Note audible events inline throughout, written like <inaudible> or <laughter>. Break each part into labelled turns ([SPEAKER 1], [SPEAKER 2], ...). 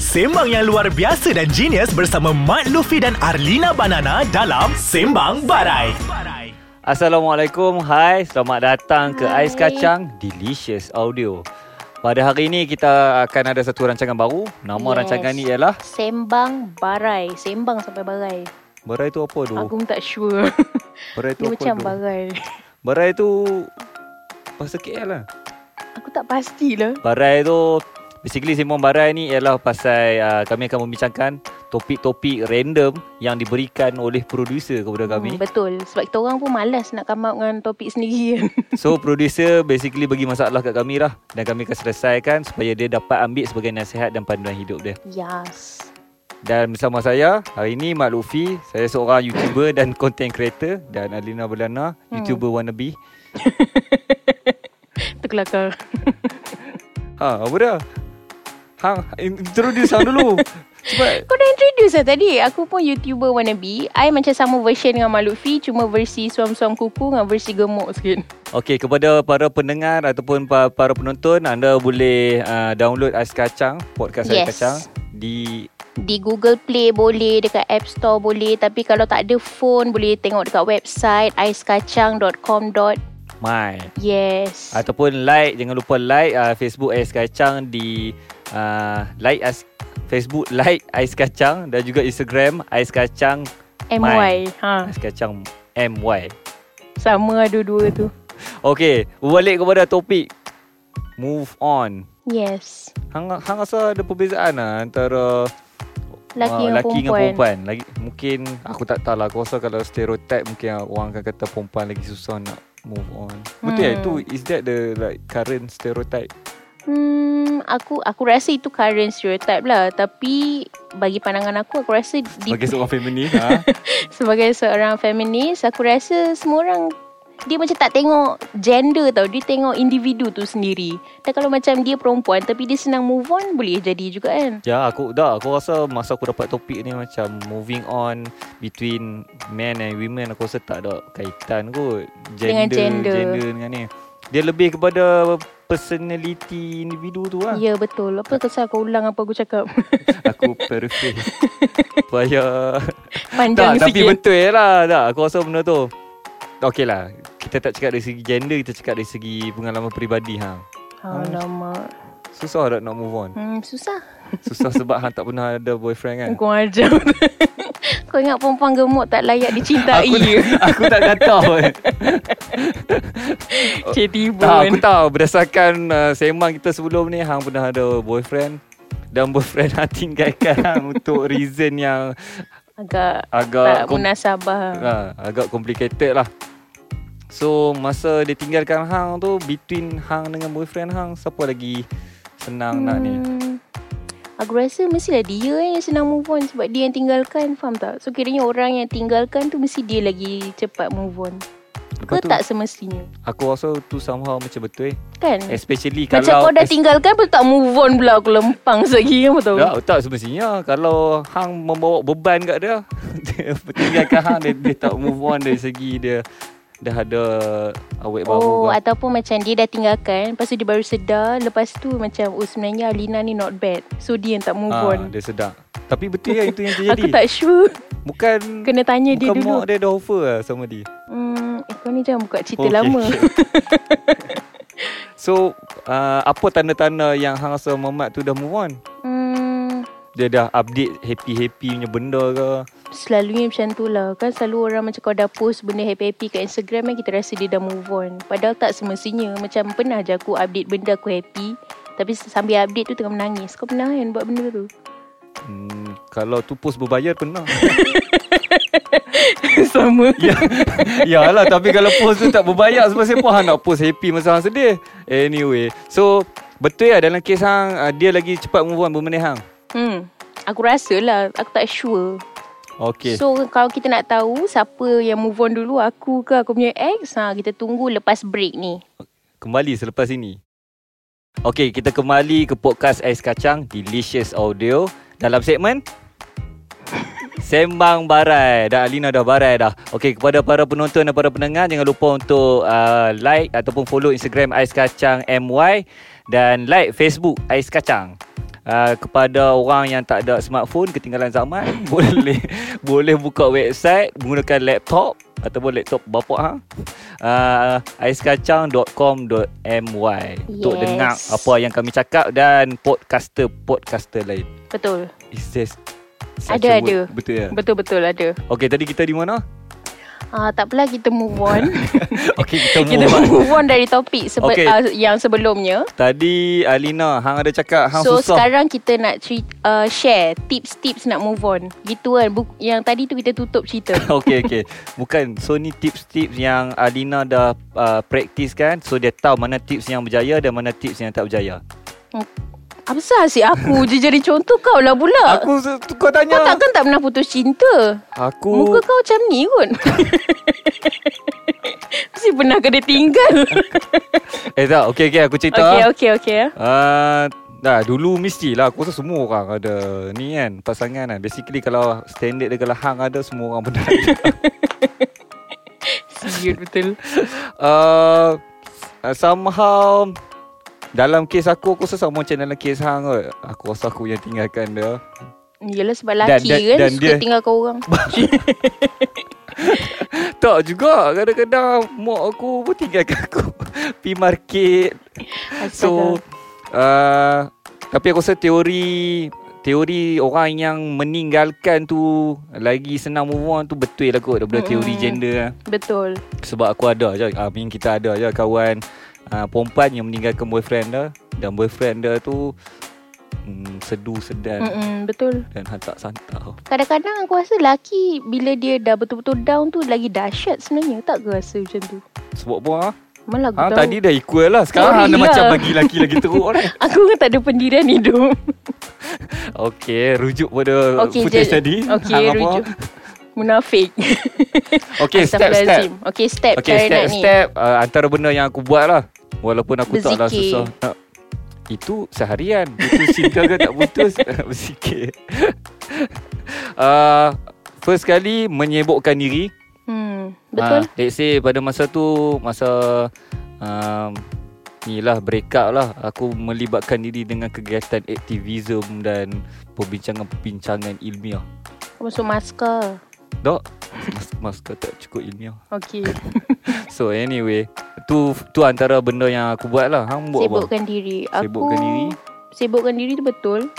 [SPEAKER 1] Sembang yang luar biasa dan genius bersama Mat Luffy dan Arlina Banana dalam Sembang Barai.
[SPEAKER 2] Assalamualaikum, hai, selamat datang ke Ais Kacang Delicious Audio. Pada hari ini kita akan ada satu rancangan baru. Nama yes.
[SPEAKER 3] Yes.
[SPEAKER 2] rancangan ni ialah
[SPEAKER 3] Ah, Sembang barai Sembang sampai barai
[SPEAKER 2] Berai tu apa tu?
[SPEAKER 3] oh. Aku pun tak sure
[SPEAKER 2] Berai tu
[SPEAKER 3] Dia
[SPEAKER 2] apa
[SPEAKER 3] macam
[SPEAKER 2] tu?
[SPEAKER 3] barai
[SPEAKER 2] Barai tu bahasa KL lah.
[SPEAKER 3] Aku tak lah. pastilah
[SPEAKER 2] Barai tu Basically Sembang Barai ni ialah pasal uh, kami akan membincangkan topik-topik random yang diberikan oleh producer kepada kami.
[SPEAKER 3] hmm, Betul Sebab kita orang pun malas nak come up dengan topik sendiri kan
[SPEAKER 2] So producer basically bagi masalah kat kami lah dan kami akan selesaikan supaya dia dapat ambil sebagai nasihat dan panduan hidup dia.
[SPEAKER 3] Yes
[SPEAKER 2] Dan bersama saya hari ini Mak Luffy, saya seorang YouTuber dan content creator dan Alina Belana, hmm. YouTuber wannabe.
[SPEAKER 3] Terkelakar
[SPEAKER 2] Ha, apa dah? Hang introduce hang dulu. Cepat.
[SPEAKER 3] Kau dah introduce lah tadi Aku pun YouTuber wannabe I macam sama version dengan Mak Lutfi Cuma versi suam-suam kuku Dengan versi gemuk sikit
[SPEAKER 2] Okey, kepada para pendengar ataupun pa- para penonton, anda boleh uh, download Ais Kacang, podcast Ais
[SPEAKER 3] Yes.
[SPEAKER 2] Kacang di
[SPEAKER 3] Di Google Play boleh Dekat App Store boleh Tapi kalau tak ada phone Boleh tengok dekat website Aiskacang.com
[SPEAKER 2] my
[SPEAKER 3] Yes
[SPEAKER 2] ataupun like jangan lupa like uh, Facebook Ais Kacang di uh, like Ais Facebook like Ais Kacang dan juga Instagram Ais Kacang
[SPEAKER 3] MY ha.
[SPEAKER 2] Ais Kacang MY.
[SPEAKER 3] Sama ada dua tu
[SPEAKER 2] Okey, balik kepada topik move on.
[SPEAKER 3] Yes
[SPEAKER 2] Hang hang rasa ada perbezaan lah antara
[SPEAKER 3] Laki,
[SPEAKER 2] ah,
[SPEAKER 3] dengan,
[SPEAKER 2] laki
[SPEAKER 3] perempuan.
[SPEAKER 2] dengan perempuan. Lagi mungkin aku tak tahu lah. Aku rasa kalau stereotype mungkin orang akan kata perempuan lagi susah nak move on. Betul hmm.
[SPEAKER 3] Hmm.
[SPEAKER 2] eh? Tu is that the like current stereotype?
[SPEAKER 3] Hmm, aku aku rasa itu current stereotype lah tapi bagi pandangan aku aku rasa di,
[SPEAKER 2] Bagi seorang feminis ha?
[SPEAKER 3] <laughs> sebagai seorang feminis aku rasa semua orang dia macam tak tengok gender tau dia tengok individu tu sendiri. Dan kalau macam dia perempuan tapi dia senang move on boleh jadi juga kan.
[SPEAKER 2] Ya aku dah aku rasa masa aku dapat topik ni macam moving on between men and women aku rasa tak ada kaitan kot gender
[SPEAKER 3] Dengan gender.
[SPEAKER 2] gender dengan ni. Dia lebih kepada personality individu tu lah. Yeah.
[SPEAKER 3] Ya betul. Apa kesal kau ulang apa aku cakap? <laughs>
[SPEAKER 2] Aku paraphrase. Supaya
[SPEAKER 3] Panjang
[SPEAKER 2] tak tapi
[SPEAKER 3] sikit.
[SPEAKER 2] betul je lah tak aku rasa benda tu. Okey lah kita tak cakap dari segi gender kita cakap dari segi pengalaman peribadi hang.
[SPEAKER 3] Alamak.
[SPEAKER 2] Susah tak nak move on.
[SPEAKER 3] Hmm, susah.
[SPEAKER 2] Susah sebab hang tak pernah ada boyfriend kan.
[SPEAKER 3] Kau ajar <laughs> Kau ingat perempuan gemuk tak layak dicintai <laughs>
[SPEAKER 2] Aku, <laughs> aku tak kata pun.
[SPEAKER 3] Cik tiba
[SPEAKER 2] Tak, aku tahu berdasarkan uh, sembang kita sebelum ni hang pernah ada boyfriend dan boyfriend hang tinggalkan
[SPEAKER 3] <laughs>
[SPEAKER 2] hang untuk reason yang
[SPEAKER 3] Agak
[SPEAKER 2] agak
[SPEAKER 3] tak munasabah
[SPEAKER 2] ha, agak complicated lah. So masa dia tinggalkan hang tu between hang dengan boyfriend hang siapa lagi senang hmm. nak ni?
[SPEAKER 3] Hmm, Aku rasa mestilah dia eh yang senang move on Sebab dia yang tinggalkan Faham tak? So kiranya orang yang tinggalkan tu Mesti dia lagi cepat move on Ke
[SPEAKER 2] Lepas tu
[SPEAKER 3] tak semestinya
[SPEAKER 2] aku rasa tu somehow macam betul eh.
[SPEAKER 3] Kan?
[SPEAKER 2] Especially
[SPEAKER 3] Macam
[SPEAKER 2] kalau
[SPEAKER 3] kau dah tinggalkan Lepas tu tak move on pula Aku lempang lagi Kamu tahu?
[SPEAKER 2] Tak, tak semestinya Ya, Kalau Hang membawa beban kat dia <laughs> Dia tinggalkan Hang dia, dia tak move on dari segi dia Dah ada awet baru
[SPEAKER 3] Oh
[SPEAKER 2] kan. kot.
[SPEAKER 3] ataupun macam dia dah tinggalkan Lepas tu dia baru sedar Lepas tu macam Oh sebenarnya Alina ni not bad So dia yang tak move
[SPEAKER 2] Ah,
[SPEAKER 3] on
[SPEAKER 2] Dia sedap Tapi betul lah itu yang terjadi
[SPEAKER 3] <laughs> Aku tak sure
[SPEAKER 2] Bukan
[SPEAKER 3] Kena tanya dia
[SPEAKER 2] Bukan
[SPEAKER 3] dulu
[SPEAKER 2] mak dia dah offer lah sama dia
[SPEAKER 3] Hmm, eh, kau ni jangan buka cerita
[SPEAKER 2] Okey,
[SPEAKER 3] okay. lama.
[SPEAKER 2] okey. <laughs> So uh, Apa tanda-tanda yang Hang rasa Mamat tu dah move on
[SPEAKER 3] Hmm,
[SPEAKER 2] Dia dah update happy-happy punya benda ke
[SPEAKER 3] selalunya macam tu lah. Kan selalu orang macam kau dah post benda happy-happy kat Instagram kan kita rasa dia dah move on. Padahal tak semestinya. Macam pernah je aku update benda aku happy. Tapi sambil update tu tengah menangis. Kau pernah kan buat benda tu? <laughs>
[SPEAKER 2] hmm, Kalau tu post berbayar pernah
[SPEAKER 3] Sama.
[SPEAKER 2] Ya, <laughs> yalah tapi kalau post tu tak berbayar sebab siapa hang nak post happy masa hang sedih. Anyway, so betul lah dalam kes hang uh, dia lagi cepat move on bermenih hang.
[SPEAKER 3] Hmm, aku rasa lah. Aku tak sure.
[SPEAKER 2] Okey. So,
[SPEAKER 3] So kalau kita nak tahu siapa yang move on dulu aku ke aku punya ex ha, kita tunggu lepas break ni.
[SPEAKER 2] kembali selepas ini. Okey, kita kembali ke podcast Ais Kacang Delicious Audio dalam segmen Sembang Barai Dah Alina dah barai dah Okey kepada para penonton dan para pendengar Jangan lupa untuk uh, like Ataupun follow Instagram Ais Kacang MY Dan like Facebook Ais Kacang uh, kepada orang yang tak ada smartphone ketinggalan zaman <laughs> boleh boleh buka website menggunakan laptop ataupun laptop bapak hang uh, aiskacang.com.my yes. untuk
[SPEAKER 3] Yes.
[SPEAKER 2] dengar apa yang kami cakap dan podcaster-podcaster lain.
[SPEAKER 3] Betul.
[SPEAKER 2] It's just such a
[SPEAKER 3] Ada,
[SPEAKER 2] word.
[SPEAKER 3] ada.
[SPEAKER 2] Betul ya?
[SPEAKER 3] Betul-betul ada.
[SPEAKER 2] Okey, tadi kita di mana?
[SPEAKER 3] Ah, tak apalah kita move on.
[SPEAKER 2] <laughs> Okey, <laughs> kita
[SPEAKER 3] kita
[SPEAKER 2] move on.
[SPEAKER 3] move on dari topik sebe-
[SPEAKER 2] Okey.
[SPEAKER 3] okay. uh, yang sebelumnya.
[SPEAKER 2] Tadi Alina hang ada cakap hang
[SPEAKER 3] so
[SPEAKER 2] susah.
[SPEAKER 3] sekarang kita nak ceri- uh, share tips-tips nak move on. Gitu kan. Buk- yang tadi tu kita
[SPEAKER 2] <laughs>
[SPEAKER 3] tutup cerita.
[SPEAKER 2] <laughs> Okey okey. Bukan so ni tips-tips yang Alina dah uh, practice kan. So dia tahu mana tips yang berjaya dan mana tips yang tak berjaya.
[SPEAKER 3] Apa sah asyik aku je jadi contoh kau lah pula.
[SPEAKER 2] Aku se- tu- kau
[SPEAKER 3] kau
[SPEAKER 2] tanya.
[SPEAKER 3] takkan tak pernah putus cinta?
[SPEAKER 2] Aku
[SPEAKER 3] Muka kau macam ni
[SPEAKER 2] <laughs>
[SPEAKER 3] kot. Mesti pernah kena tinggal.
[SPEAKER 2] Eh <laughs> tak, okey okey aku cerita.
[SPEAKER 3] Okey, okey, okey. eh.
[SPEAKER 2] Uh, dah dulu mestilah aku rasa semua orang ada ni kan pasangan kan. Basically kalau standard dia kalau hang ada semua orang benda.
[SPEAKER 3] Serius betul.
[SPEAKER 2] uh, somehow dalam kes aku aku rasa sama macam dalam kes hang kot. Aku rasa aku yang tinggalkan dia.
[SPEAKER 3] Yelah sebab lelaki
[SPEAKER 2] dan-
[SPEAKER 3] kan
[SPEAKER 2] dan
[SPEAKER 3] suka
[SPEAKER 2] dia-
[SPEAKER 3] tinggal kau orang.
[SPEAKER 2] Tak juga Kadang-kadang Mak aku pun tinggalkan aku <laughs> Pergi market <laughs> So uh, Tapi aku rasa teori Teori orang yang meninggalkan tu Lagi senang move on tu Betul lah kot Daripada
[SPEAKER 3] Mm-mm.
[SPEAKER 2] teori gender lah.
[SPEAKER 3] Betul.
[SPEAKER 2] Sebab aku ada je I mean, Kita ada je kawan uh, Perempuan yang meninggalkan boyfriend dia Dan boyfriend dia tu mm, Sedu sedan
[SPEAKER 3] Mm-mm, betul.
[SPEAKER 2] Dan hantar santau
[SPEAKER 3] Kadang-kadang aku rasa lelaki bila dia dah betul-betul down tu lagi dahsyat sebenarnya. Tak ke rasa macam tu?
[SPEAKER 2] Sebab apa ha?
[SPEAKER 3] Malah aku
[SPEAKER 2] ha?
[SPEAKER 3] tahu.
[SPEAKER 2] Tadi dah equal lah Sekarang
[SPEAKER 3] Teori
[SPEAKER 2] anda
[SPEAKER 3] lah.
[SPEAKER 2] macam bagi lelaki lagi teruk <laughs> ni
[SPEAKER 3] Aku kan tak ada pendirian
[SPEAKER 2] <laughs>
[SPEAKER 3] hidup.
[SPEAKER 2] Okey, rujuk pada okay,
[SPEAKER 3] Okey,
[SPEAKER 2] Uh, footage
[SPEAKER 3] je-
[SPEAKER 2] tadi. Ah,
[SPEAKER 3] okey,
[SPEAKER 2] Hang apa?
[SPEAKER 3] rujuk. Munafik.
[SPEAKER 2] <laughs> Okey, step step.
[SPEAKER 3] Astagfirullahalazim. Okey, step
[SPEAKER 2] Okey,
[SPEAKER 3] cara
[SPEAKER 2] step
[SPEAKER 3] nak ni.
[SPEAKER 2] step uh, antara benda yang aku buat lah. Walaupun aku tak lah
[SPEAKER 3] Berzikir.
[SPEAKER 2] susah. nak- Itu seharian. Putus cinta ke tak
[SPEAKER 3] <laughs>
[SPEAKER 2] putus <laughs> berzikir. Uh, first kali menyebokkan diri.
[SPEAKER 3] Hmm, betul.
[SPEAKER 2] Uh, let's say pada masa tu masa um, ni lah break up lah aku melibatkan diri dengan kegiatan aktivism dan perbincangan-perbincangan ilmiah. Ah.
[SPEAKER 3] Masuk masker.
[SPEAKER 2] Tak mas, Masker tak cukup ilmiah
[SPEAKER 3] Okey,
[SPEAKER 2] So anyway Tu tu antara benda yang aku buat lah Hang <laughs> buat apa?
[SPEAKER 3] sibukkan diri. Aku
[SPEAKER 2] Sibukkan diri.
[SPEAKER 3] Sibukkan diri tu betul. <laughs>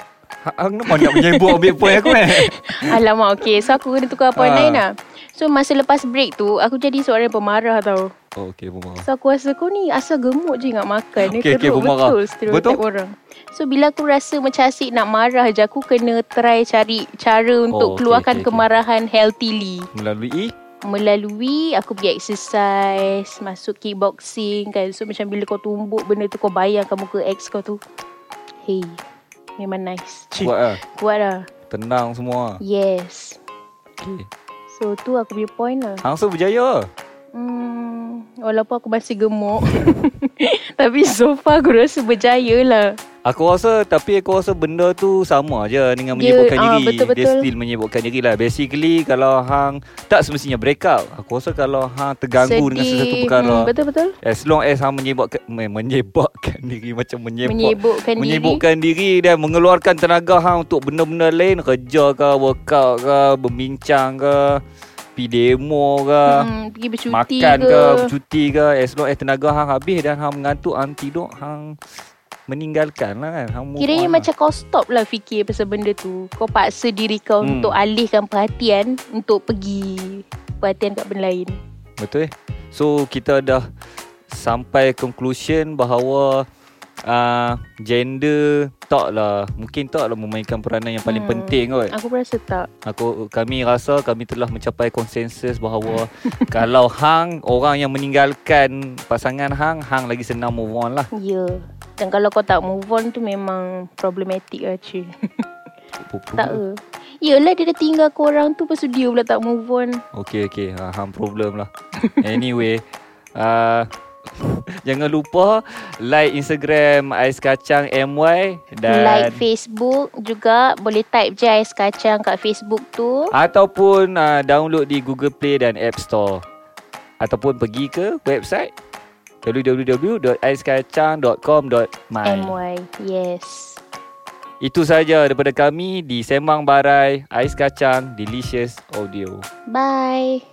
[SPEAKER 2] Ha- Hang nak nak menyebut ambil point aku eh
[SPEAKER 3] Alamak, okey. So aku kena tukar point
[SPEAKER 2] Ah.
[SPEAKER 3] lain lah. So masa lepas break tu, aku jadi seorang yang pemarah tau.
[SPEAKER 2] Oh okay pemarah
[SPEAKER 3] So aku rasa kau ni asal gemuk je ingat makan. Dia
[SPEAKER 2] Okey, okey,
[SPEAKER 3] teruk
[SPEAKER 2] pemarah.
[SPEAKER 3] betul stereotip
[SPEAKER 2] Betul?
[SPEAKER 3] orang. So bila aku rasa macam asyik nak marah je, aku kena try cari cara untuk
[SPEAKER 2] okey,
[SPEAKER 3] oh, keluarkan
[SPEAKER 2] okey,
[SPEAKER 3] okay,
[SPEAKER 2] okey.
[SPEAKER 3] kemarahan healthily.
[SPEAKER 2] Melalui
[SPEAKER 3] melalui aku pergi exercise, masuk kickboxing kan. So macam bila kau tumbuk benda tu kau bayangkan muka ex kau tu. Hey, memang nice.
[SPEAKER 1] Cik.
[SPEAKER 2] Buat lah
[SPEAKER 3] Kuat lah.
[SPEAKER 2] Tenang semua
[SPEAKER 3] Yes.
[SPEAKER 2] okay.
[SPEAKER 3] So tu aku punya point lah.
[SPEAKER 2] Hang so berjaya
[SPEAKER 3] Hmm, walaupun aku masih gemuk. <laughs> Tapi so far aku rasa berjaya lah.
[SPEAKER 2] Aku rasa Tapi aku rasa benda tu Sama je Dengan
[SPEAKER 3] Dia,
[SPEAKER 2] menyebutkan
[SPEAKER 3] ah,
[SPEAKER 2] diri
[SPEAKER 3] betul-betul.
[SPEAKER 2] Dia still menyebutkan diri lah Basically Kalau hang Tak semestinya break up Aku rasa kalau hang Terganggu
[SPEAKER 3] Sedih.
[SPEAKER 2] dengan sesuatu perkara
[SPEAKER 3] Hmm, betul-betul.
[SPEAKER 2] As long as hang menyebabkan me- menyebabkan <laughs> diri macam menyebab
[SPEAKER 3] Menyebukkan, menyebukkan
[SPEAKER 2] menyebabkan diri. diri dan mengeluarkan tenaga hang untuk benda-benda lain kerja ke workout ke berbincang ke pi demo ke
[SPEAKER 3] diri. Hmm, pergi bercuti
[SPEAKER 2] makan
[SPEAKER 3] ke.
[SPEAKER 2] ke cuti ke as long as tenaga hang habis dan hang mengantuk hang tidur hang meninggalkan lah kan hang move on
[SPEAKER 3] Kiranya
[SPEAKER 2] lah.
[SPEAKER 3] macam kau stop lah fikir pasal benda tu. Kau paksa diri kau
[SPEAKER 2] Hmm.
[SPEAKER 3] hmm. untuk alihkan perhatian untuk pergi perhatian kat benda lain.
[SPEAKER 2] Betul eh So kita dah Sampai conclusion bahawa uh, Gender Taklah Mungkin taklah memainkan peranan yang paling hmm.
[SPEAKER 3] Hmm.
[SPEAKER 2] penting kot
[SPEAKER 3] Aku rasa tak.
[SPEAKER 2] Aku Kami rasa kami telah mencapai konsensus
[SPEAKER 3] <laughs>
[SPEAKER 2] bahawa Kalau hang Orang yang meninggalkan pasangan hang Hang lagi senang move on lah
[SPEAKER 3] Ya. Yeah. Dan kalau kau tak move on tu memang problematik lah cik. <laughs> Tak ke? Yelah dia dah tinggal kau orang tu Lepas tu dia pula tak move on
[SPEAKER 2] Okay okay ha, Hang problem lah Anyway <laughs> uh, <laughs> Jangan lupa Like Instagram Ais Kacang MY Dan
[SPEAKER 3] Like Facebook juga Boleh type je Ais Kacang kat Facebook tu
[SPEAKER 2] Ataupun uh, download di Google Play dan App Store Ataupun pergi ke website www.aiskacang.com.my
[SPEAKER 3] MY Yes
[SPEAKER 2] Itu saja daripada kami di Semang Barai Ais Kacang Delicious Audio.
[SPEAKER 4] Bye.